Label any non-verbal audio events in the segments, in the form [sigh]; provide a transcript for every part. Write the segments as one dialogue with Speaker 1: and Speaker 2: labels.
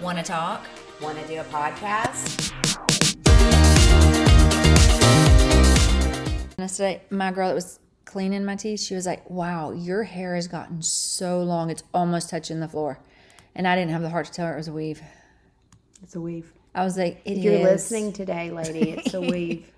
Speaker 1: Want to talk?
Speaker 2: Want to do a podcast?
Speaker 1: And I said, my girl that was cleaning my teeth, she was like, wow, your hair has gotten so long, it's almost touching the floor. And I didn't have the heart to tell her it was a weave.
Speaker 3: It's a weave.
Speaker 1: I was like, "It
Speaker 3: If you're
Speaker 1: is."
Speaker 3: listening today, lady, it's a weave.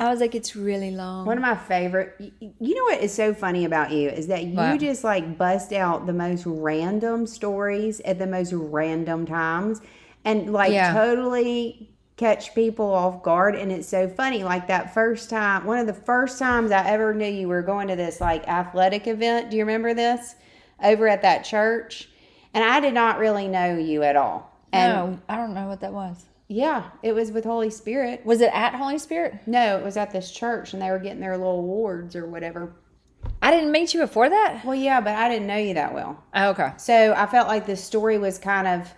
Speaker 1: I was like, it's really long.
Speaker 3: [laughs] One of my favorite. y- y- You know what is so funny about you is that you
Speaker 1: What?
Speaker 3: just like bust out the most random stories at the most random times, and like
Speaker 1: Yeah.
Speaker 3: totally catch people off guard. And it's so funny. Like that first time, one of the first times I ever knew you were going to this like athletic event. Do you remember this? Over at that church, and I did not really know you at all. And
Speaker 1: no, I don't know what that was.
Speaker 3: yeah, it was with Holy Spirit.
Speaker 1: Was it at Holy Spirit?
Speaker 3: No, it was at this church, and they were getting their little awards or whatever.
Speaker 1: I didn't meet you before that.
Speaker 3: Well, yeah, but I didn't know you that well.
Speaker 1: Oh, okay.
Speaker 3: So I felt like the story was kind of,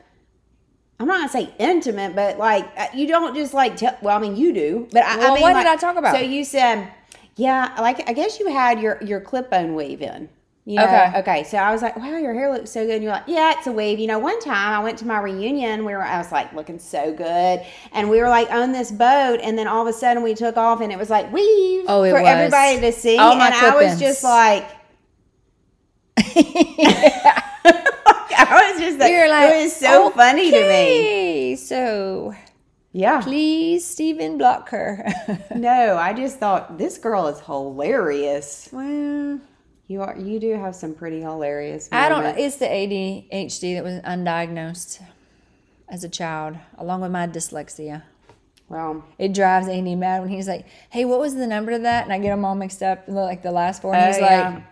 Speaker 3: I'm not going to say intimate, but like uh, you don't just like tell, well, I mean, you do, but I, I
Speaker 1: Well,
Speaker 3: mean,
Speaker 1: what did
Speaker 3: like-
Speaker 1: I talk about?
Speaker 3: So you said, yeah, like I guess you had your, your clip on weave in. You know,
Speaker 1: Okay.
Speaker 3: okay. Okay. So I was like, wow, your hair looks so good. And you're like, yeah, it's a wave. You know, one time I went to my reunion, we were, I was like looking so good. And we were like on this boat. And then all of a sudden we took off and it was like, weave
Speaker 1: Oh, it
Speaker 3: for
Speaker 1: was.
Speaker 3: everybody to see.
Speaker 1: All
Speaker 3: and
Speaker 1: my
Speaker 3: I was
Speaker 1: clip-ins.
Speaker 3: just like, [laughs] I was just like,
Speaker 1: You're like,
Speaker 3: it was so funny to me.
Speaker 1: "Okay, So
Speaker 3: Yeah.
Speaker 1: please, Stephen, block her. [laughs]
Speaker 3: No, I just thought this girl is hilarious.
Speaker 1: well,
Speaker 3: You are. You do have some pretty hilarious.
Speaker 1: I don't know.
Speaker 3: moments.
Speaker 1: It's the ADHD that was undiagnosed as a child, along with my dyslexia. e-
Speaker 3: Well,
Speaker 1: It drives Andy mad when he's like, "Hey, what was the number of that?" And I get them all mixed up, like the last four. And
Speaker 3: Oh,
Speaker 1: he's
Speaker 3: yeah.
Speaker 1: like,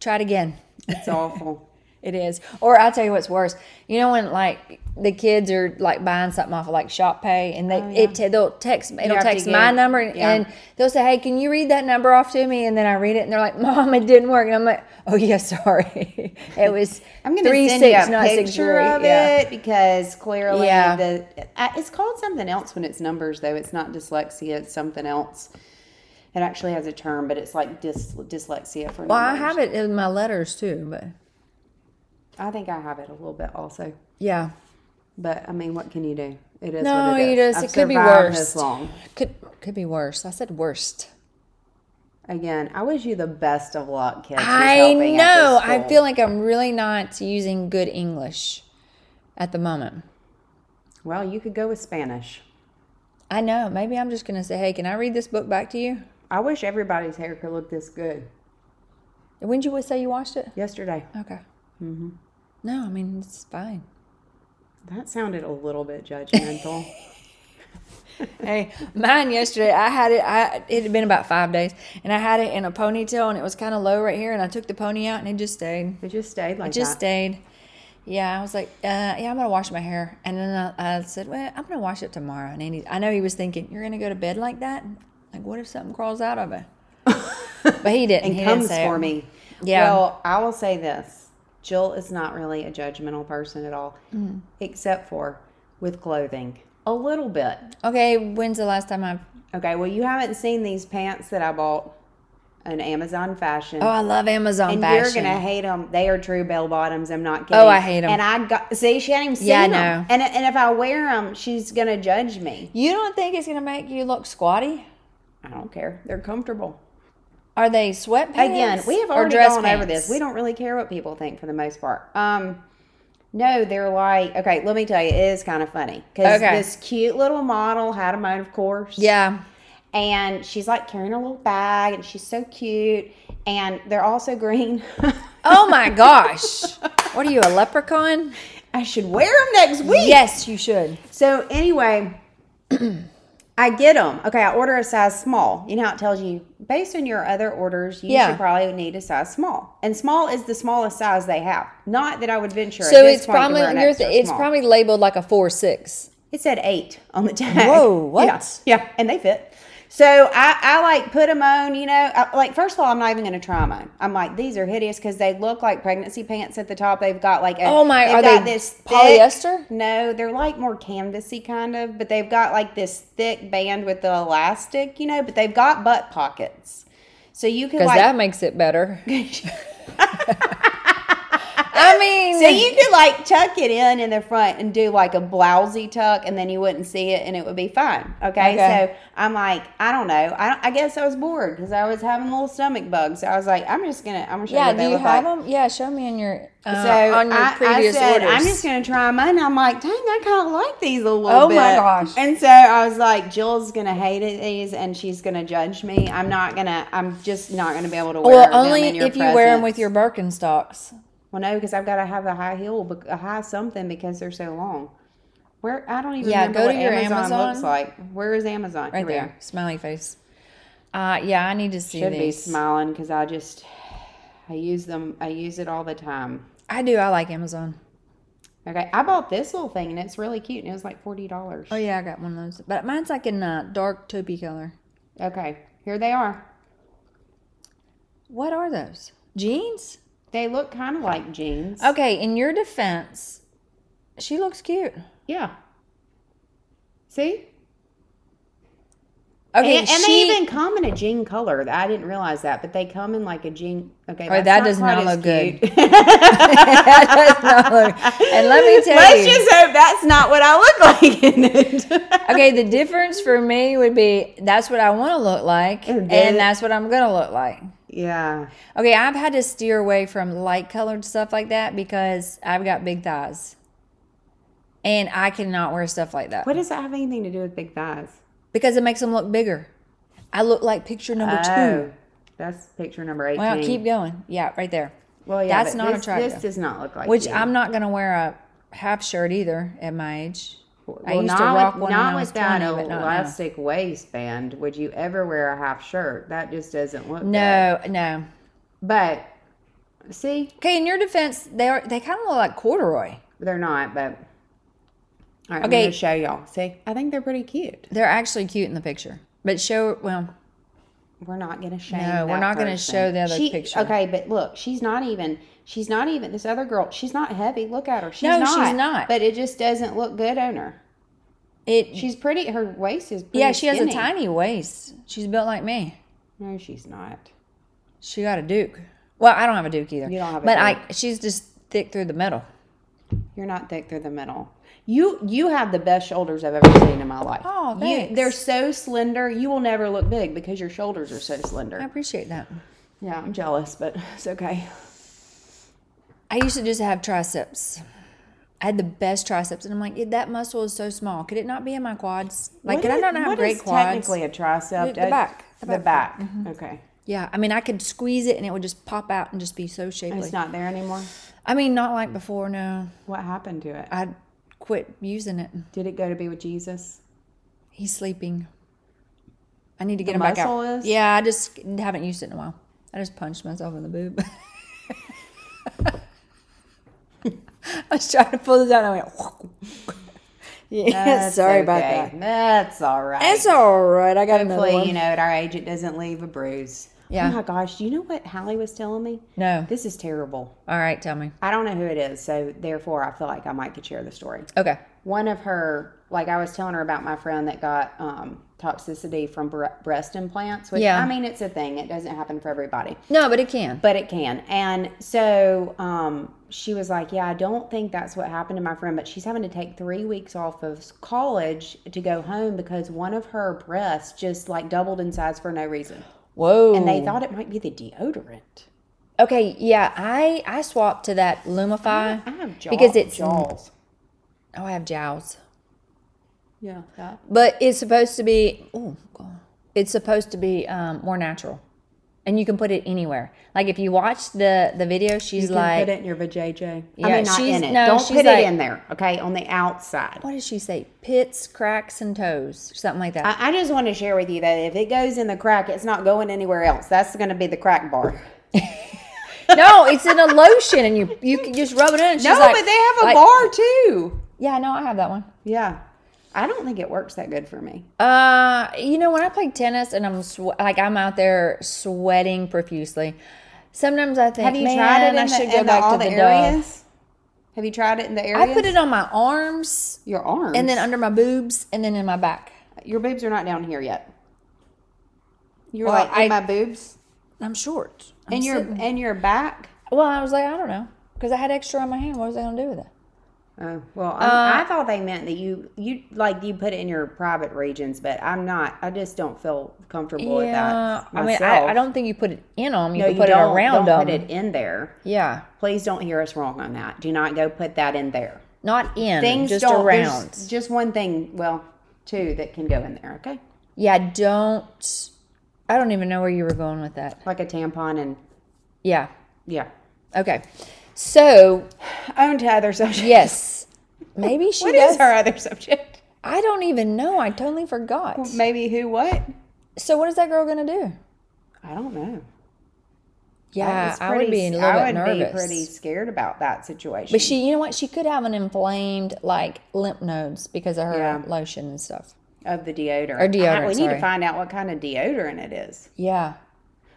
Speaker 1: "Try it again."
Speaker 3: it's awful.
Speaker 1: It is. Or I'll tell you what's worse. You know when like the kids are like buying something off of like Shop Pay and they it te- they'll text it'll
Speaker 3: have to
Speaker 1: text my
Speaker 3: give-
Speaker 1: number and,
Speaker 3: yeah.
Speaker 1: and they'll say, "Hey, can you read that number off to me?" And then I read it and they're like, "Mom, it didn't work." And I'm like, "Oh yeah, [laughs] sorry. it was
Speaker 3: I'm gonna
Speaker 1: three
Speaker 3: send
Speaker 1: six,
Speaker 3: you a
Speaker 1: not six
Speaker 3: picture
Speaker 1: three."
Speaker 3: of
Speaker 1: Yeah.
Speaker 3: it because clearly
Speaker 1: Yeah.
Speaker 3: the I- it's called something else when it's numbers though. It's not dyslexia. It's something else. It actually has a term, but it's like dys, dyslexia for.
Speaker 1: Well, I
Speaker 3: numbers.
Speaker 1: have it in my letters too, but
Speaker 3: I think I have it a little bit also.
Speaker 1: yeah,
Speaker 3: But I mean, what can you do? It is.
Speaker 1: No,
Speaker 3: what it
Speaker 1: you just-
Speaker 3: is. I've
Speaker 1: it could be
Speaker 3: survived
Speaker 1: worse.
Speaker 3: This long.
Speaker 1: could could be worse. I said worst.
Speaker 3: Again, I wish you the best of luck, kids.
Speaker 1: I know. I feel like I'm really not using good English at the moment.
Speaker 3: Well, you could go with Spanish.
Speaker 1: I know. Maybe I'm just gonna say, "Hey, can I read this book back to you?"
Speaker 3: I wish everybody's hair could look this good.
Speaker 1: When did you say you watched it?
Speaker 3: Yesterday,
Speaker 1: Okay. Mm-hmm. No, I mean it's fine.
Speaker 3: that sounded a little bit judgmental.
Speaker 1: [laughs] Hey, [laughs] mine yesterday. I had it. I it had been about five days, and I had it in a ponytail, and it was kind of low right here. And I took the pony out, and it just stayed.
Speaker 3: it just stayed like
Speaker 1: It just
Speaker 3: that.
Speaker 1: stayed. Yeah, I was like, uh, yeah, I'm gonna wash my hair, and then I, I said, well, I'm gonna wash it tomorrow. And Andy, I know he was thinking, you're gonna go to bed like that. Like, what if something crawls out
Speaker 3: [laughs]
Speaker 1: of it? But he didn't.
Speaker 3: and
Speaker 1: He didn't
Speaker 3: comes
Speaker 1: say it.
Speaker 3: for me.
Speaker 1: Yeah.
Speaker 3: Well, I will say this: Jill is not really a judgmental person at all,
Speaker 1: Mm.
Speaker 3: except for with clothing a little bit.
Speaker 1: Okay, when's the last time I?
Speaker 3: Okay. Well, you haven't seen these pants that I bought on Amazon Fashion.
Speaker 1: Oh, I love Amazon
Speaker 3: And
Speaker 1: fashion.
Speaker 3: you're gonna hate them. They are true bell bottoms. I'm not kidding.
Speaker 1: Oh, I hate 'em.
Speaker 3: And I got see, she hadn't even seen
Speaker 1: Yeah, I know.
Speaker 3: them. And and if I wear them, she's gonna judge me.
Speaker 1: You don't think it's gonna make you look squatty?
Speaker 3: I don't care. They're comfortable.
Speaker 1: Are they sweatpants?
Speaker 3: Again, we have
Speaker 1: or
Speaker 3: already
Speaker 1: dress
Speaker 3: gone over
Speaker 1: pants?
Speaker 3: this. We don't really care what people think for the most part. Um, no, they're like okay. Let me tell you, it is kind of funny because
Speaker 1: Okay.
Speaker 3: this cute little model had a mine, of course.
Speaker 1: Yeah,
Speaker 3: And she's like carrying a little bag, and she's so cute. And they're also green.
Speaker 1: Oh my gosh. [laughs] What are you, a leprechaun?
Speaker 3: [laughs] I should wear them next week.
Speaker 1: Yes, you should.
Speaker 3: So anyway, [clears throat] I get them. Okay, I order a size small. You know how it tells you based on your other orders, you
Speaker 1: Yeah.
Speaker 3: should probably need a size small. And small is the smallest size they have. Not that I would venture. at
Speaker 1: So
Speaker 3: this
Speaker 1: it's
Speaker 3: point to
Speaker 1: probably
Speaker 3: wear an
Speaker 1: you're
Speaker 3: extra
Speaker 1: th- it's
Speaker 3: small.
Speaker 1: probably labeled like a four six.
Speaker 3: It said eight on the tag.
Speaker 1: Whoa, what?
Speaker 3: [laughs] Yeah, yeah, and they fit. So I, I like put them on, you know, I, like first of all, I'm not even gonna try them on. I'm like, these are hideous because they look like pregnancy pants at the top. They've got like a,
Speaker 1: Oh my-
Speaker 3: they've
Speaker 1: are
Speaker 3: got
Speaker 1: they
Speaker 3: this thick-
Speaker 1: polyester?
Speaker 3: no, they're like more canvasy kind of, but they've got like this thick band with the elastic, you know. But they've got butt pockets, so you can
Speaker 1: Because
Speaker 3: [laughs] like
Speaker 1: that makes it better. I'm I mean,
Speaker 3: So you could like tuck it in in the front and do like a blousy tuck, and then you wouldn't see it, and it would be fine. Okay,
Speaker 1: Okay.
Speaker 3: so I'm like, I don't know. I, don't, I guess I was bored because I was having little stomach bugs. So I was like, I'm just gonna, I'm gonna show you
Speaker 1: yeah.
Speaker 3: what
Speaker 1: Do
Speaker 3: they
Speaker 1: you
Speaker 3: look
Speaker 1: have
Speaker 3: like.
Speaker 1: them? Yeah, show me in your uh,
Speaker 3: So
Speaker 1: on your
Speaker 3: I,
Speaker 1: previous
Speaker 3: I said,
Speaker 1: orders.
Speaker 3: I'm just gonna try mine. And I'm like, dang, I kind of like these a little
Speaker 1: Oh
Speaker 3: bit.
Speaker 1: my gosh.
Speaker 3: And so I was like, Jill's gonna hate it, these, and she's gonna judge me. I'm not gonna. I'm just not gonna be able to wear
Speaker 1: well,
Speaker 3: them
Speaker 1: only
Speaker 3: in your
Speaker 1: if you wear them
Speaker 3: presence.
Speaker 1: with your Birkenstocks.
Speaker 3: Well, no, because I've got to have a high heel, bec- a high something, because they're so long. Where I don't even
Speaker 1: Yeah,
Speaker 3: remember
Speaker 1: go
Speaker 3: what
Speaker 1: to your
Speaker 3: Amazon, looks
Speaker 1: Amazon.
Speaker 3: like. Where is Amazon?
Speaker 1: Right
Speaker 3: Here we
Speaker 1: there, smiley face. Uh, yeah, I need to see
Speaker 3: are. Should be
Speaker 1: these.
Speaker 3: smiling because I just I use them. I use it all the time.
Speaker 1: I do. I like Amazon.
Speaker 3: Okay, I bought this little thing and it's really cute and it was like forty dollars.
Speaker 1: Oh yeah, I got one of those, but mine's like in a dark taupey color.
Speaker 3: Okay, here they are.
Speaker 1: What are those jeans?
Speaker 3: They look kind of like jeans.
Speaker 1: Okay, in your defense, she looks cute.
Speaker 3: Yeah. See,
Speaker 1: Okay,
Speaker 3: and, and
Speaker 1: she,
Speaker 3: they even come in a jean color. I didn't realize that, but they come in like a jean. Okay,
Speaker 1: Oh,
Speaker 3: that's
Speaker 1: that does
Speaker 3: quite
Speaker 1: not
Speaker 3: as
Speaker 1: look good.
Speaker 3: cute.
Speaker 1: [laughs] That does not look- and let me tell
Speaker 3: Let's
Speaker 1: you-
Speaker 3: just hope that's not what I look like in it. [laughs]
Speaker 1: okay, the difference for me would be that's what I want to look like,
Speaker 3: And
Speaker 1: and
Speaker 3: then-
Speaker 1: that's what I'm gonna look like.
Speaker 3: yeah.
Speaker 1: Okay, I've had to steer away from light colored stuff like that because I've got big thighs, and I cannot wear stuff like that
Speaker 3: What does that have anything to do with big thighs?
Speaker 1: because it makes them look bigger. I look like picture number two.
Speaker 3: Oh, that's picture number 18.
Speaker 1: Well, keep going. Yeah, right there.
Speaker 3: Well, yeah,
Speaker 1: that's
Speaker 3: but
Speaker 1: not
Speaker 3: this,
Speaker 1: attractive.
Speaker 3: This does not look like
Speaker 1: Which
Speaker 3: you.
Speaker 1: I'm not gonna wear a half shirt either at my age. I
Speaker 3: Well,
Speaker 1: used
Speaker 3: not
Speaker 1: to rock
Speaker 3: with,
Speaker 1: one
Speaker 3: not
Speaker 1: when I was
Speaker 3: with that
Speaker 1: 20, but not now.
Speaker 3: elastic waistband. Would you ever wear a half shirt? That just doesn't look good.
Speaker 1: No, no.
Speaker 3: But see,
Speaker 1: Okay, in your defense, they are they kind of look like corduroy.
Speaker 3: they're not. But all right, I'm
Speaker 1: Okay.
Speaker 3: gonna show y'all. See, I think they're pretty cute.
Speaker 1: They're actually cute in the picture, but show well.
Speaker 3: We're not gonna shame.
Speaker 1: No, we're
Speaker 3: that
Speaker 1: not gonna
Speaker 3: person.
Speaker 1: show the other
Speaker 3: She-
Speaker 1: picture.
Speaker 3: Okay, but look, she's not even. She's not even this other girl. She's not heavy. Look at her. She's
Speaker 1: No,
Speaker 3: not.
Speaker 1: she's not.
Speaker 3: But it just doesn't look good on her.
Speaker 1: It
Speaker 3: She's pretty. Her waist is. Pretty
Speaker 1: yeah, she has a
Speaker 3: skinny.
Speaker 1: tiny waist. She's built like me.
Speaker 3: No, she's not.
Speaker 1: She got a Duke. Well, I don't have a Duke either.
Speaker 3: You don't have a
Speaker 1: but I
Speaker 3: Duke.
Speaker 1: she's just thick through the middle.
Speaker 3: You're not thick through the middle. You you have the best shoulders I've ever seen in my life.
Speaker 1: Oh,
Speaker 3: you,
Speaker 1: thanks.
Speaker 3: they're so slender. You will never look big because your shoulders are so
Speaker 1: I
Speaker 3: slender.
Speaker 1: appreciate that.
Speaker 3: Yeah, I'm jealous, but [laughs] it's okay.
Speaker 1: I used to just have triceps. I had the best triceps, and I'm like, yeah, that muscle is so small. Could it not be in my quads? Like,
Speaker 3: What
Speaker 1: did I
Speaker 3: is-
Speaker 1: not have
Speaker 3: what
Speaker 1: great
Speaker 3: is
Speaker 1: quads?
Speaker 3: Technically, a tricep.
Speaker 1: The- the
Speaker 3: Uh,
Speaker 1: back.
Speaker 3: The
Speaker 1: The
Speaker 3: back.
Speaker 1: back. Mm-hmm.
Speaker 3: Okay.
Speaker 1: Yeah, I mean, I could squeeze it and it would just pop out and just be so shapely.
Speaker 3: It's not there anymore.
Speaker 1: I mean, not like before. No,
Speaker 3: What happened to it? Uh,
Speaker 1: I quit using it.
Speaker 3: Did it go to be with Jesus?
Speaker 1: He's sleeping. I need to get
Speaker 3: The
Speaker 1: him back out.
Speaker 3: muscle is-
Speaker 1: Yeah, I just haven't used it in a while. I just punched myself in the boob. [laughs] I was trying to pull this out and I went. [laughs] yeah, [laughs]
Speaker 3: That's
Speaker 1: sorry about
Speaker 3: okay.
Speaker 1: that.
Speaker 3: That's all right.
Speaker 1: It's all right. I got another
Speaker 3: Hopefully,
Speaker 1: one.
Speaker 3: you know, at our age, it doesn't leave a bruise.
Speaker 1: Yeah.
Speaker 3: Oh my gosh, do you know what Hallie was telling me?
Speaker 1: No.
Speaker 3: This is terrible.
Speaker 1: All right, tell me.
Speaker 3: I don't know who it is, so therefore, I feel like I might could share the story.
Speaker 1: Okay.
Speaker 3: One of her, like I was telling her about my friend that got um, toxicity from bre- breast implants, which
Speaker 1: Yeah.
Speaker 3: I mean, it's a thing. It doesn't happen for everybody.
Speaker 1: No, but it can.
Speaker 3: but it can. And so um, she was like, Yeah, I don't think that's what happened to my friend, but she's having to take three weeks off of s- college to go home because one of her breasts just like doubled in size for no reason.
Speaker 1: Whoa.
Speaker 3: And they thought it might be the deodorant.
Speaker 1: Okay, yeah, I I swapped to that Lumify.
Speaker 3: I have jaw,
Speaker 1: Because it's-
Speaker 3: jaws.
Speaker 1: Oh, I have jowls,
Speaker 3: Yeah. That.
Speaker 1: but it's supposed to be. Oh, God. it's supposed to be um, more natural, and you can put it anywhere. Like if you watch the the video, she's
Speaker 3: You
Speaker 1: like,
Speaker 3: can put it in your vajayjay. I
Speaker 1: Yeah,
Speaker 3: mean, not
Speaker 1: she's-
Speaker 3: in it.
Speaker 1: no,
Speaker 3: Don't
Speaker 1: she's
Speaker 3: put
Speaker 1: like-
Speaker 3: it in there, okay? On the outside.
Speaker 1: what does she say? Pits, cracks, and toes, something like that.
Speaker 3: I, I just want to share with you that if it goes in the crack, it's not going anywhere else. That's going to be the crack bar.
Speaker 1: no, it's in a lotion, and you you can just rub it in. And she's
Speaker 3: No,
Speaker 1: like-
Speaker 3: but they have a
Speaker 1: like-
Speaker 3: bar too.
Speaker 1: Yeah, no, I have that one.
Speaker 3: Yeah. I don't think it works that good for me.
Speaker 1: Uh, you know, when I play tennis and I'm swe- like I'm out there sweating profusely, sometimes I think,
Speaker 3: Have you
Speaker 1: man,
Speaker 3: tried it in
Speaker 1: I
Speaker 3: the,
Speaker 1: should
Speaker 3: in
Speaker 1: go
Speaker 3: the-
Speaker 1: back
Speaker 3: all
Speaker 1: to
Speaker 3: the,
Speaker 1: the, Dove.
Speaker 3: areas? Have you tried it in the areas?
Speaker 1: I put it on my arms
Speaker 3: your arms.
Speaker 1: and then under my boobs and then in my back.
Speaker 3: your boobs are not down here yet. You're
Speaker 1: Well,
Speaker 3: like in
Speaker 1: I-
Speaker 3: my boobs
Speaker 1: I'm short. I'm
Speaker 3: and your
Speaker 1: sitting-
Speaker 3: and your back.
Speaker 1: well, I was like, I don't know. because I had extra on my hand. What was I going to do with it?
Speaker 3: Oh well, I, I thought they meant that you you like you put it in your private regions, but I'm not. I just don't feel comfortable
Speaker 1: Yeah,
Speaker 3: with that
Speaker 1: I mean, I,
Speaker 3: myself.
Speaker 1: I don't think you put it in them. You
Speaker 3: No,
Speaker 1: can
Speaker 3: you
Speaker 1: put
Speaker 3: don't,
Speaker 1: it around
Speaker 3: don't put
Speaker 1: them.
Speaker 3: it in there.
Speaker 1: Yeah,
Speaker 3: Please don't hear us wrong on that. Do not go put that in there.
Speaker 1: not in.
Speaker 3: Things
Speaker 1: just
Speaker 3: don't, there's
Speaker 1: around.
Speaker 3: Just one thing, well, two that can go in there. Okay,
Speaker 1: Yeah, don't. I don't even know where you were going with that.
Speaker 3: like a tampon and
Speaker 1: Yeah.
Speaker 3: yeah.
Speaker 1: Okay. So
Speaker 3: On to other subject.
Speaker 1: yes, maybe she
Speaker 3: [laughs] What
Speaker 1: does.
Speaker 3: is our other subject?
Speaker 1: I don't even know. I totally forgot.
Speaker 3: Maybe who? What?
Speaker 1: So what is that girl gonna do?
Speaker 3: I don't know.
Speaker 1: Yeah,
Speaker 3: was
Speaker 1: Uh, I would be a
Speaker 3: pretty-
Speaker 1: little
Speaker 3: I
Speaker 1: bit
Speaker 3: would
Speaker 1: nervous.
Speaker 3: be pretty scared about that situation.
Speaker 1: But she, you know what? She could have an inflamed like lymph nodes because of her
Speaker 3: Yeah.
Speaker 1: lotion and stuff.
Speaker 3: of the deodorant.
Speaker 1: Or deodorant,
Speaker 3: I- we need
Speaker 1: sorry.
Speaker 3: to find out what kind of deodorant it is.
Speaker 1: Yeah.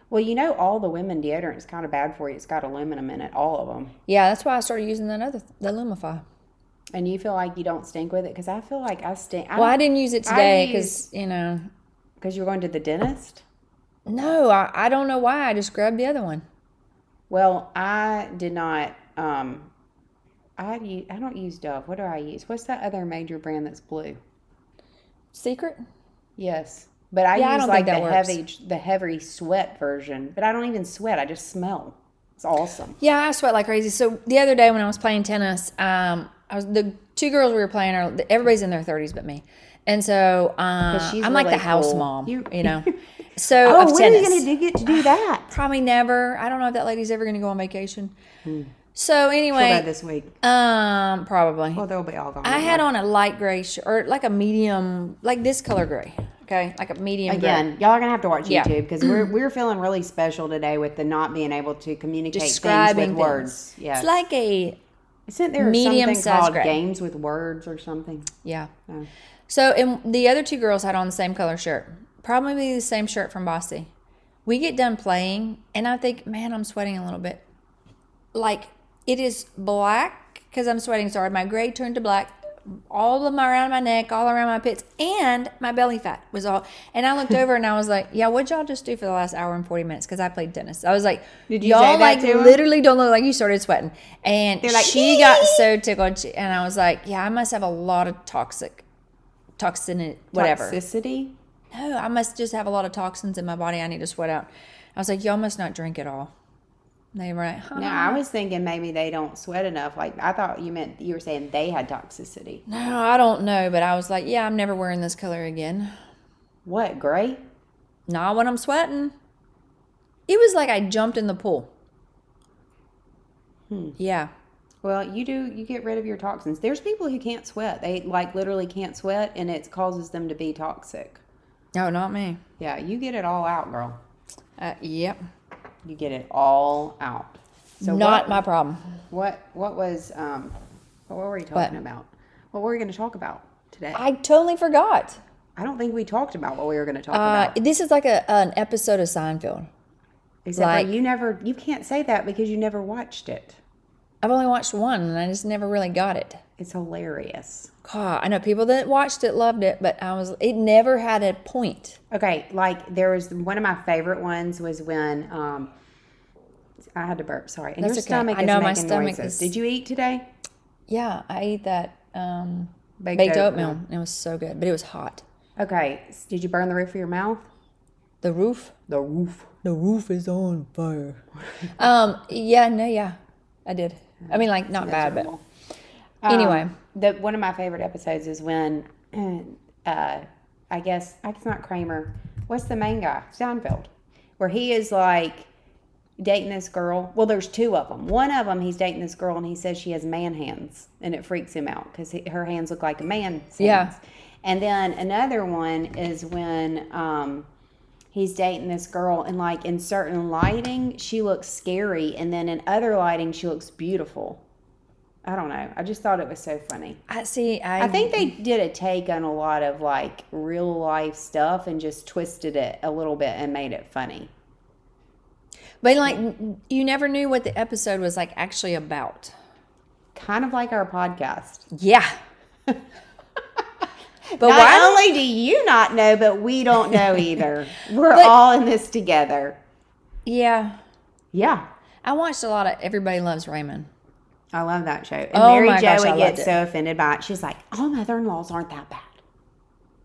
Speaker 3: Well, you know, all the women deodorant is kind of bad for you. It's got aluminum in it, all of them.
Speaker 1: Yeah, that's why I started using that other the Lumify.
Speaker 3: And you feel like you don't stink with it because I feel like I stink.
Speaker 1: Well, I didn't use it today because
Speaker 3: use-
Speaker 1: you know,
Speaker 3: because you're going to the dentist.
Speaker 1: no, I, I don't know why. I just grabbed the other one.
Speaker 3: Well, I did not. Um, I u- I don't use Dove. What do I use? What's that other major brand that's blue?
Speaker 1: Secret?
Speaker 3: Yes, but I
Speaker 1: Yeah, I
Speaker 3: use
Speaker 1: don't think
Speaker 3: like the
Speaker 1: that works.
Speaker 3: heavy the heavy sweat version. But I don't even sweat. I just smell. It's awesome.
Speaker 1: Yeah, I sweat like crazy. So the other day when I was playing tennis, um, I was the two girls we were playing are everybody's in their thirties but me, and so uh,
Speaker 3: she's
Speaker 1: I'm like
Speaker 3: really
Speaker 1: the house
Speaker 3: cool.
Speaker 1: mom,
Speaker 3: You-
Speaker 1: you,
Speaker 3: [laughs]
Speaker 1: know. So
Speaker 3: Oh,
Speaker 1: of
Speaker 3: when
Speaker 1: tennis,
Speaker 3: are you going to do, get to do that? [sighs]
Speaker 1: probably never. I don't know if that lady's ever going to go on vacation. So
Speaker 3: About
Speaker 1: anyway,
Speaker 3: Hmm. this week.
Speaker 1: um, probably.
Speaker 3: Well, they'll be all gone.
Speaker 1: I had on a light gray shirt, or like a medium, like this color gray. Okay, like a medium gray.
Speaker 3: Again, y'all are gonna have to watch
Speaker 1: Yeah.
Speaker 3: YouTube because [clears throat] we're we're feeling really special today with the not being able to communicate
Speaker 1: Describing
Speaker 3: things
Speaker 1: things.
Speaker 3: with words. Yeah,
Speaker 1: It's like a
Speaker 3: isn't there something
Speaker 1: medium-sized
Speaker 3: called
Speaker 1: gray.
Speaker 3: games with words or something?
Speaker 1: Yeah.
Speaker 3: Oh.
Speaker 1: So, and the other two girls had on the same color shirt, probably the same shirt from Bossy. We get done playing, and I think, man, I'm sweating a little bit. Like it is black because I'm sweating so hard. My gray turned to black, all of my around my neck, all around my pits, and my belly fat was all. And I looked over and I was like, "Yeah, what'd y'all just do for the last hour and forty minutes?" Because I played tennis. I was like,
Speaker 3: Did you
Speaker 1: all
Speaker 3: say that
Speaker 1: like
Speaker 3: to 'em?
Speaker 1: literally don't look like you started sweating?" And
Speaker 3: They're like,
Speaker 1: she got so tickled, She- and I was like, "Yeah, I must have a lot of toxic." toxin whatever.
Speaker 3: Toxicity.
Speaker 1: No, I must just have a lot of toxins in my body. I need to sweat out. I was like, y'all must not drink at all. And They were like, huh?
Speaker 3: No, I was thinking maybe they don't sweat enough. Like I thought you meant you were saying they had toxicity.
Speaker 1: No, I don't know, but I was like, yeah, I'm never wearing this color again.
Speaker 3: What gray?
Speaker 1: Not when I'm sweating. It was like I jumped in the pool.
Speaker 3: Hmm.
Speaker 1: Yeah.
Speaker 3: Well, you do. You get rid of your toxins. There's people who can't sweat. They like literally can't sweat, and it causes them to be toxic.
Speaker 1: No, not me.
Speaker 3: Yeah, you get it all out, girl.
Speaker 1: Uh, yep.
Speaker 3: You get it all out. So
Speaker 1: not
Speaker 3: what-
Speaker 1: my problem.
Speaker 3: What what was um what were we talking about? What were we going to talk about today? I,
Speaker 1: I totally forgot.
Speaker 3: don't think we talked about what we were going to talk
Speaker 1: Uh,
Speaker 3: about.
Speaker 1: this is like a, an episode of Seinfeld.
Speaker 3: Except for
Speaker 1: like-
Speaker 3: you never you can't say that because you never watched it.
Speaker 1: I've only watched one and I just never really got it.
Speaker 3: It's hilarious.
Speaker 1: God, I know people that watched it loved it, but I was it never had a point.
Speaker 3: Okay, like there was one of my favorite ones was when um I had to burp. Sorry, and
Speaker 1: That's
Speaker 3: your
Speaker 1: okay.
Speaker 3: stomach
Speaker 1: I
Speaker 3: is
Speaker 1: know
Speaker 3: making
Speaker 1: my stomach
Speaker 3: noises.
Speaker 1: is-
Speaker 3: Did you eat today?
Speaker 1: Yeah, I ate that um,
Speaker 3: Baked
Speaker 1: baked,
Speaker 3: oatmeal.
Speaker 1: oatmeal. and It was so good, but it was hot.
Speaker 3: Okay, s- did you burn the roof of your mouth?
Speaker 1: The roof,
Speaker 3: The roof.
Speaker 1: the roof is on fire. um, yeah, no, yeah, I did. I mean, like not bad, but anyway,
Speaker 3: the one of my favorite episodes is when [clears throat] uh I guess it's not Kramer. What's the main guy? Seinfeld. Where he is like dating this girl. Well, there's two of them. One of them he's dating this girl and he says she has man hands and it freaks him out cuz her hands look like a man's
Speaker 1: Yeah.
Speaker 3: hands. And then another one is when um he's dating this girl and like in certain lighting she looks scary and then in other lighting she looks beautiful. I don't know. I just thought it was so funny.
Speaker 1: I see. I,
Speaker 3: I think they did a take on a lot of like real life stuff and just twisted it a little bit and made it funny.
Speaker 1: but like n- you never knew what the episode was like actually about.
Speaker 3: Kind of like our podcast. [laughs]
Speaker 1: Yeah, but
Speaker 3: Not
Speaker 1: why? don't-
Speaker 3: only do you not know, but we don't
Speaker 1: [laughs]
Speaker 3: know either. We're
Speaker 1: But-
Speaker 3: all in this together.
Speaker 1: yeah,
Speaker 3: Yeah.
Speaker 1: I watched a lot of Everybody Loves Raymond.
Speaker 3: I love that show. And
Speaker 1: Oh
Speaker 3: Mary
Speaker 1: my
Speaker 3: Jo
Speaker 1: gosh, I
Speaker 3: would
Speaker 1: loved
Speaker 3: get
Speaker 1: it.
Speaker 3: so offended by it. She's like, all mother in laws aren't that bad.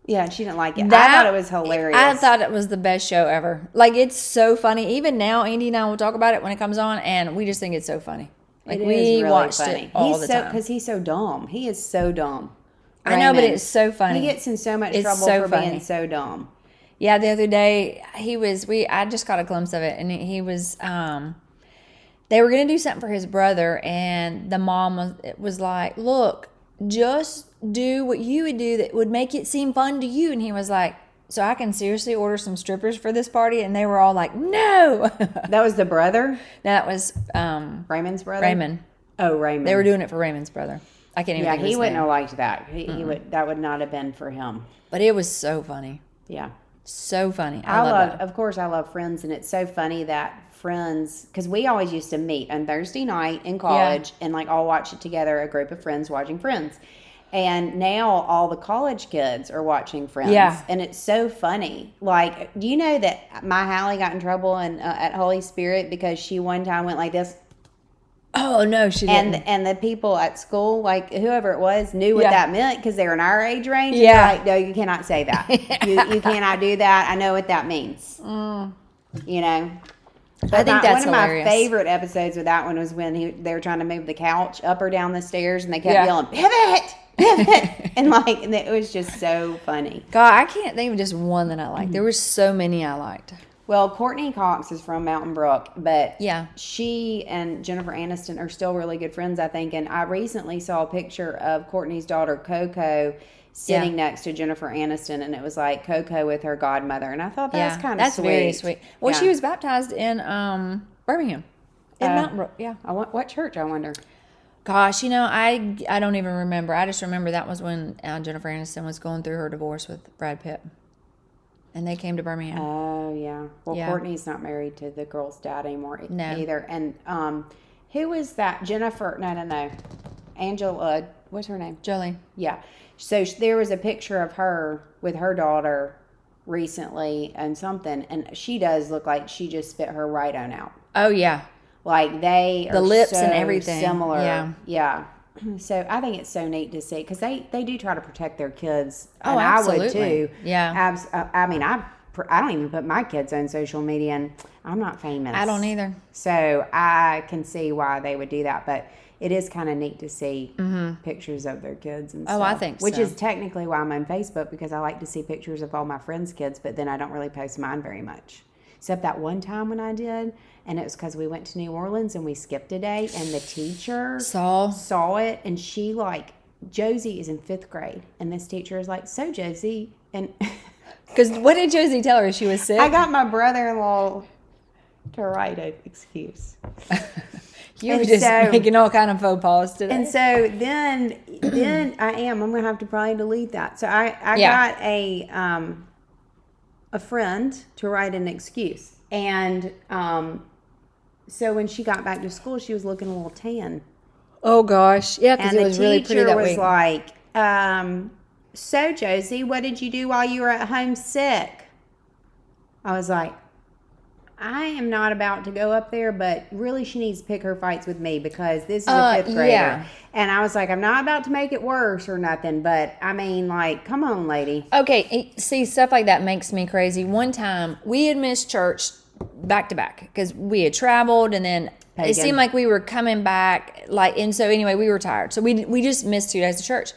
Speaker 3: Yeah, and she didn't like it. I
Speaker 1: That-
Speaker 3: thought it was hilarious.
Speaker 1: I thought it was the best show ever. Like it's so funny. Even now, Andy and I will talk about it when it comes on, and we just think it's so funny. Like
Speaker 3: It
Speaker 1: we
Speaker 3: is really
Speaker 1: watched
Speaker 3: funny.
Speaker 1: it all
Speaker 3: he's
Speaker 1: the
Speaker 3: so,
Speaker 1: time.
Speaker 3: Because he's so dumb. He is so dumb.
Speaker 1: I know, but
Speaker 3: Raymond.
Speaker 1: it's so funny.
Speaker 3: He gets in so much
Speaker 1: It's
Speaker 3: trouble
Speaker 1: so
Speaker 3: for being
Speaker 1: funny.
Speaker 3: so dumb.
Speaker 1: Yeah, the other day he was we I just got a glimpse of it and he was um they were going to do something for his brother and the mom was it was like, "Look, just do what you would do that would make it seem fun to you." And he was like, "So I can seriously order some strippers for this party?" And they were all like, "No." [laughs]
Speaker 3: That was the brother,
Speaker 1: that was um
Speaker 3: Raymond's brother.
Speaker 1: Raymond.
Speaker 3: Oh, Raymond.
Speaker 1: They were doing it for Raymond's brother. I can't even
Speaker 3: Yeah,
Speaker 1: think of
Speaker 3: he
Speaker 1: his
Speaker 3: wouldn't
Speaker 1: name.
Speaker 3: have liked that. He, he would. That would not have been for him.
Speaker 1: But it was so funny.
Speaker 3: Yeah.
Speaker 1: So funny. I,
Speaker 3: I
Speaker 1: love, it.
Speaker 3: love, of course, I love Friends, and it's so funny that Friends, because we always used to meet on Thursday night in college and like all watch it together, a group of friends watching Friends. And now all the college kids are watching Friends.
Speaker 1: Yeah.
Speaker 3: And it's so funny. Like, do you know that my Hallie got in trouble and uh, at Holy Spirit because she one time went like this?
Speaker 1: Oh, no, she didn't.
Speaker 3: and and the people at school, like whoever it was, knew what
Speaker 1: Yeah.
Speaker 3: that meant because they were in our age range. and
Speaker 1: Yeah.
Speaker 3: they're like no, you cannot say that.
Speaker 1: [laughs]
Speaker 3: you, you cannot do that. I know what that means. You know. But
Speaker 1: Mm. I think
Speaker 3: my-
Speaker 1: that's
Speaker 3: one of
Speaker 1: hilarious.
Speaker 3: my favorite episodes with that one was when he, they were trying to move the couch up or down the stairs, and they kept
Speaker 1: Yeah.
Speaker 3: yelling "pivot, pivot," [laughs] and like and it was just so funny.
Speaker 1: God, I can't think of just one that I
Speaker 3: Mm-hmm.
Speaker 1: liked. There were so many I liked.
Speaker 3: Well, Courtney Cox is from Mountain Brook, but
Speaker 1: Yeah.
Speaker 3: she and Jennifer Aniston are still really good friends, I think. And I recently saw a picture of Courtney's daughter Coco sitting next to Jennifer Aniston, and it was like Coco with her godmother, and I thought that was
Speaker 1: yeah,
Speaker 3: kind of
Speaker 1: that's
Speaker 3: sweet.
Speaker 1: very sweet. Well, she
Speaker 3: Yeah.
Speaker 1: was baptized in um, Birmingham, in Mount Brook. Yeah.
Speaker 3: I want, what church? I wonder.
Speaker 1: Gosh, you know, I I don't even remember. I just remember that was when uh, Jennifer Aniston was going through her divorce with Brad Pitt, and they came to Birmingham.
Speaker 3: Oh yeah. Well,
Speaker 1: Mm-hmm. Yeah.
Speaker 3: Courtney's not married to the girl's dad anymore e-
Speaker 1: No.
Speaker 3: either. And um, who is that? Jennifer? No, no, no. Angela. What's her name?
Speaker 1: Jolie.
Speaker 3: Yeah. So sh- there was a picture of her with her daughter recently and something, and she does look like she just spit her right on out.
Speaker 1: Oh yeah,
Speaker 3: Like they are
Speaker 1: The lips and
Speaker 3: so
Speaker 1: everything.
Speaker 3: similar.
Speaker 1: Yeah.
Speaker 3: Yeah. [clears throat] So I think it's so neat to see because they they do try to protect their kids.
Speaker 1: Oh,
Speaker 3: and I
Speaker 1: absolutely.
Speaker 3: would too.
Speaker 1: Yeah.
Speaker 3: Abs- uh, I mean, I pr- I don't even put my kids on social media, and I'm not famous.
Speaker 1: I don't either.
Speaker 3: So I can see why they would do that, but it is kind of neat to see pictures of their kids and
Speaker 1: Mm-hmm. Oh, I
Speaker 3: stuff.
Speaker 1: think
Speaker 3: which
Speaker 1: so.
Speaker 3: is technically why I'm on Facebook because I like to see pictures of all my friends' kids, but then I don't really post mine very much. Except that one time when I did, and it was because we went to New Orleans and we skipped a day, and the teacher
Speaker 1: Saul.
Speaker 3: saw it and she like Josie is in fifth grade, and this teacher is like, "So Josie," and [laughs]
Speaker 1: Because what did Josie tell her? She was sick.
Speaker 3: I got my brother-in-law to write an excuse.
Speaker 1: you were
Speaker 3: and
Speaker 1: just
Speaker 3: so-
Speaker 1: [laughs] making all kind of faux pas today.
Speaker 3: And so then, then [clears throat] I am. I'm gonna have to probably delete that. So I, I
Speaker 1: Yeah.
Speaker 3: got a um, a friend to write an excuse, and um, so when she got back to school, she was looking a little tan,
Speaker 1: oh gosh, yeah, because
Speaker 3: and
Speaker 1: it
Speaker 3: the
Speaker 1: was really pretty
Speaker 3: teacher
Speaker 1: that
Speaker 3: was
Speaker 1: week.
Speaker 3: like, um, "So Josie, what did you do while you were at home sick?" I was like. I am not about to go up there, but really she needs to pick her fights with me because this is
Speaker 1: Uh,
Speaker 3: a fifth grader.
Speaker 1: yeah.
Speaker 3: And I was like, I'm not about to make it worse or nothing, but I mean, like, come on, lady.
Speaker 1: Okay, eh, see, stuff like that makes me crazy. One time we had missed church back to back because we had traveled and then
Speaker 3: Pagan.
Speaker 1: it seemed like we were coming back. Like, and so anyway, we were tired. So we, we just missed two days of church.
Speaker 3: Two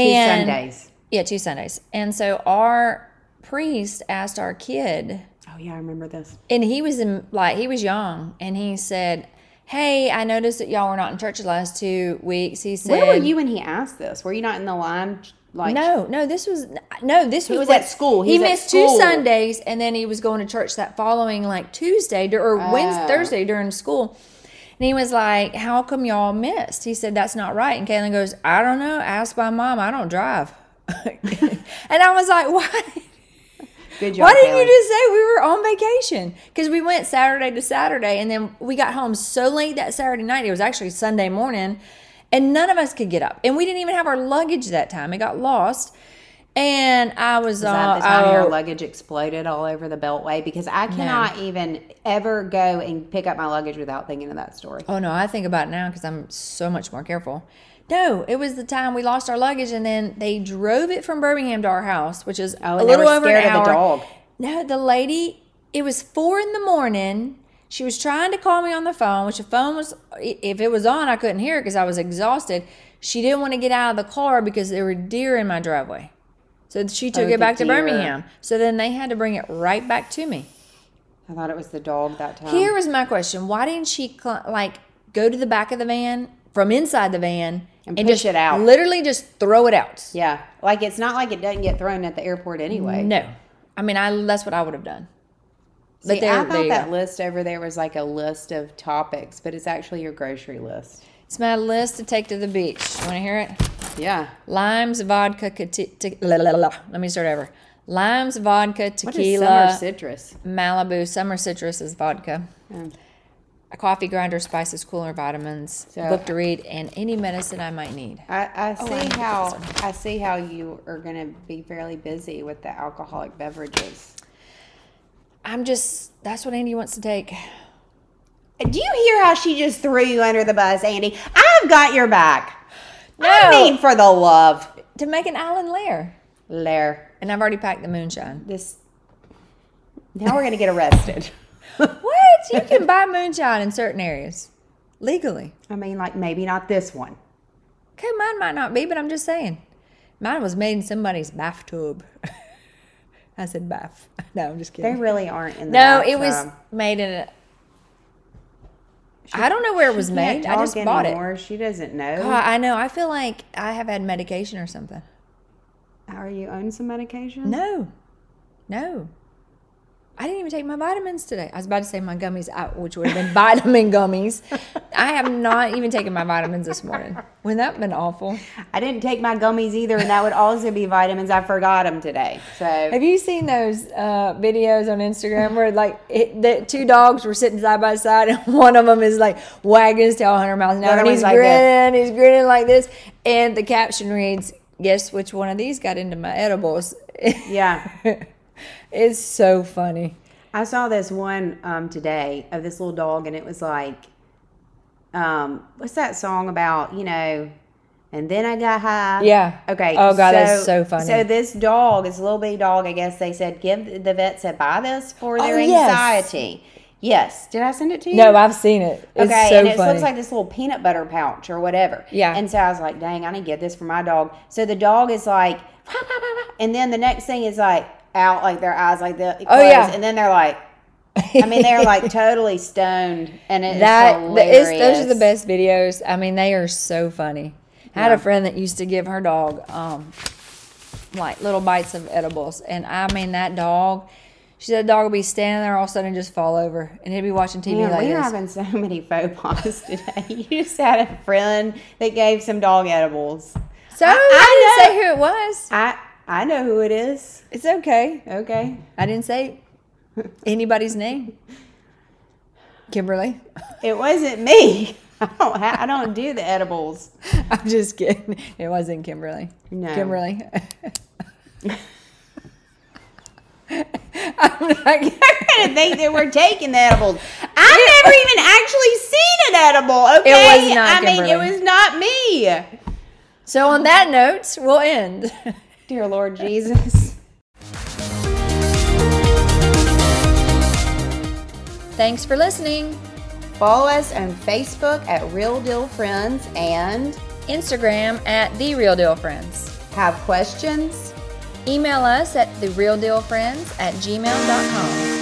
Speaker 1: And,
Speaker 3: Sundays.
Speaker 1: Yeah, two Sundays. And so our priest asked our kid,
Speaker 3: Oh, yeah, I remember this.
Speaker 1: and he was in like he was young and he said hey i noticed that y'all were not in church the last two weeks he said
Speaker 3: Where were you when he asked this? Were you not in the line? Like,
Speaker 1: No, no, this was no, this was,
Speaker 3: was
Speaker 1: like-
Speaker 3: at school. He
Speaker 1: He
Speaker 3: was at
Speaker 1: missed
Speaker 3: school.
Speaker 1: two Sundays, and then he was going to church that following, like Tuesday dur- or
Speaker 3: Oh.
Speaker 1: Wednesday, Thursday during school. And he was like, "How come y'all missed?" He said, "That's not right." And Kaylin goes, "I don't know. Ask my mom. I don't drive." [laughs] and I was like, "Why?
Speaker 3: Good job.
Speaker 1: Why didn't
Speaker 3: Kaylee.
Speaker 1: you just say we were on vacation? Because we went Saturday to Saturday, and then we got home so late that Saturday night. It was actually Sunday morning, and none of us could get up, and we didn't even have our luggage that time. It got lost, And I was
Speaker 3: Is
Speaker 1: all,
Speaker 3: that the time your
Speaker 1: oh,
Speaker 3: luggage exploded all over the beltway? Because I cannot even ever go and pick up my luggage without thinking of that story.
Speaker 1: oh no, I think about it now because I'm so much more careful. No, it was the time we lost our luggage and then they drove it from Birmingham to our house, which is
Speaker 3: Oh,
Speaker 1: a
Speaker 3: and they
Speaker 1: little
Speaker 3: were
Speaker 1: over an
Speaker 3: scared of
Speaker 1: hour.
Speaker 3: the dog.
Speaker 1: No, the lady, it was four in the morning. She was trying to call me on the phone, which the phone was, if it was on, I couldn't hear it because I was exhausted. She didn't want to get out of the car because there were deer in my driveway. So she took
Speaker 3: Oh, the
Speaker 1: it back to
Speaker 3: deer.
Speaker 1: Birmingham. So then they had to bring it right back to me.
Speaker 3: I thought it was the dog that time.
Speaker 1: Here was my question Why didn't she, cl- like, go to the back of the van from inside the van
Speaker 3: And push
Speaker 1: just
Speaker 3: it out.
Speaker 1: Literally just throw it out.
Speaker 3: yeah, like it's not like it doesn't get thrown at the airport anyway.
Speaker 1: No. I mean, I that's what I would have done.
Speaker 3: See,
Speaker 1: there-
Speaker 3: I thought
Speaker 1: there you
Speaker 3: that
Speaker 1: go.
Speaker 3: list over there was like a list of topics, but it's actually your grocery list.
Speaker 1: It's my list to take to the beach. Want to hear it?
Speaker 3: Yeah.
Speaker 1: Limes, vodka, cati- te- la, la, la, la. let me start over. Limes, vodka,
Speaker 3: What is summer
Speaker 1: tequila,
Speaker 3: citrus?
Speaker 1: Malibu, summer citrus is vodka.
Speaker 3: Mm.
Speaker 1: A coffee grinder, spices, cooler, vitamins,
Speaker 3: So-
Speaker 1: book to read, and any medicine I might need.
Speaker 3: I, I
Speaker 1: Oh, I need
Speaker 3: see
Speaker 1: to
Speaker 3: how
Speaker 1: put
Speaker 3: I see how you are going to be fairly busy with the alcoholic beverages.
Speaker 1: I'm just, that's what Andy wants to take.
Speaker 3: Do you hear how she just threw you under the bus, Andy? I've got your back.
Speaker 1: No.
Speaker 3: I mean, for the love,
Speaker 1: To make an island lair.
Speaker 3: Lair.
Speaker 1: And I've already packed the moonshine.
Speaker 3: This. Now we're going to get arrested.
Speaker 1: What? You [laughs] can buy moonshine in certain areas legally.
Speaker 3: I mean, like maybe not this one.
Speaker 1: Okay, mine might not be, but I'm just saying. Mine was made in somebody's bathtub. [laughs] I said bath. [laughs] No, I'm just
Speaker 3: They
Speaker 1: kidding.
Speaker 3: really aren't in the.
Speaker 1: no, it was
Speaker 3: bathtub.
Speaker 1: made in a. I don't know where it was
Speaker 3: She
Speaker 1: made.
Speaker 3: can't
Speaker 1: I just
Speaker 3: talk
Speaker 1: bought it.
Speaker 3: anymore. She doesn't know.
Speaker 1: God, I know. I feel like I have had medication or something.
Speaker 3: Are you on some medication?
Speaker 1: No, no. I didn't even take my vitamins today. I was about to say my gummies, I- which would have
Speaker 3: [laughs]
Speaker 1: been vitamin gummies. I have not even taken my vitamins this morning. Wouldn't that have been awful?
Speaker 3: I didn't take my gummies either, and that would also be vitamins. I forgot them today.
Speaker 1: [laughs]
Speaker 3: So
Speaker 1: Have you seen those uh, videos on Instagram where like it, the two dogs were sitting side by side and [laughs] one of them is like wagging his tail 100 miles an hour
Speaker 3: other
Speaker 1: and
Speaker 3: one's
Speaker 1: he's
Speaker 3: like
Speaker 1: grinning, he's grinning like this, and the caption reads, "Guess which one of these got into my edibles?"
Speaker 3: yeah.
Speaker 1: [laughs] it's so funny.
Speaker 3: I saw this one um, today of this little dog, and it was like, um, what's that song about? You know, and then I got high.
Speaker 1: Yeah.
Speaker 3: Okay.
Speaker 1: Oh, God, that's so funny.
Speaker 3: So this dog, this little bitty dog, I guess they said give the vet said buy this for their
Speaker 1: Oh, yes.
Speaker 3: anxiety. Yes. Did I send it to you?
Speaker 1: No, I've seen it. It's
Speaker 3: okay,
Speaker 1: so
Speaker 3: and it
Speaker 1: funny.
Speaker 3: looks like this little peanut butter pouch or whatever.
Speaker 1: Yeah.
Speaker 3: And so I was like, dang, I need to get this for my dog. So the dog is like, "Wah, wah, wah, wah," and then the next thing is like out, like their eyes like the
Speaker 1: Oh, yeah.
Speaker 3: and then they're like, I mean, they're
Speaker 1: [laughs]
Speaker 3: like totally stoned, and it's
Speaker 1: that th-
Speaker 3: hilarious.
Speaker 1: it's, those are the best videos. I mean, they are so funny. I had a friend that used to give her dog um, like little bites of edibles, and I mean that dog. She said the dog would be standing there all of a sudden and just fall over, and he'd be watching TV
Speaker 3: Man,
Speaker 1: like
Speaker 3: we're
Speaker 1: this.
Speaker 3: having so many faux pas today. [laughs] You just had a friend that gave some dog edibles.
Speaker 1: so I,
Speaker 3: I
Speaker 1: didn't say who it was.
Speaker 3: I I know who it is.
Speaker 1: It's okay.
Speaker 3: Okay.
Speaker 1: I didn't say anybody's [laughs] name. Kimberly,
Speaker 3: It wasn't me. [laughs] I don't ha- I don't do the edibles.
Speaker 1: [laughs] I'm just kidding. It wasn't Kimberly.
Speaker 3: No.
Speaker 1: Kimberly. I'm not kidding.
Speaker 3: didn't think that we're taking the edibles. I never even actually seen an edible. Okay,
Speaker 1: It was not
Speaker 3: I mean, it
Speaker 1: Kimberly.
Speaker 3: was not me.
Speaker 1: So on that note, we'll end.
Speaker 3: Dear Lord Jesus.
Speaker 1: Thanks for listening.
Speaker 3: Follow us on Facebook at Real Deal Friends and
Speaker 1: Instagram at The Real Deal Friends.
Speaker 3: have questions.
Speaker 1: Email us at TheRealDealFriends at gmail.com.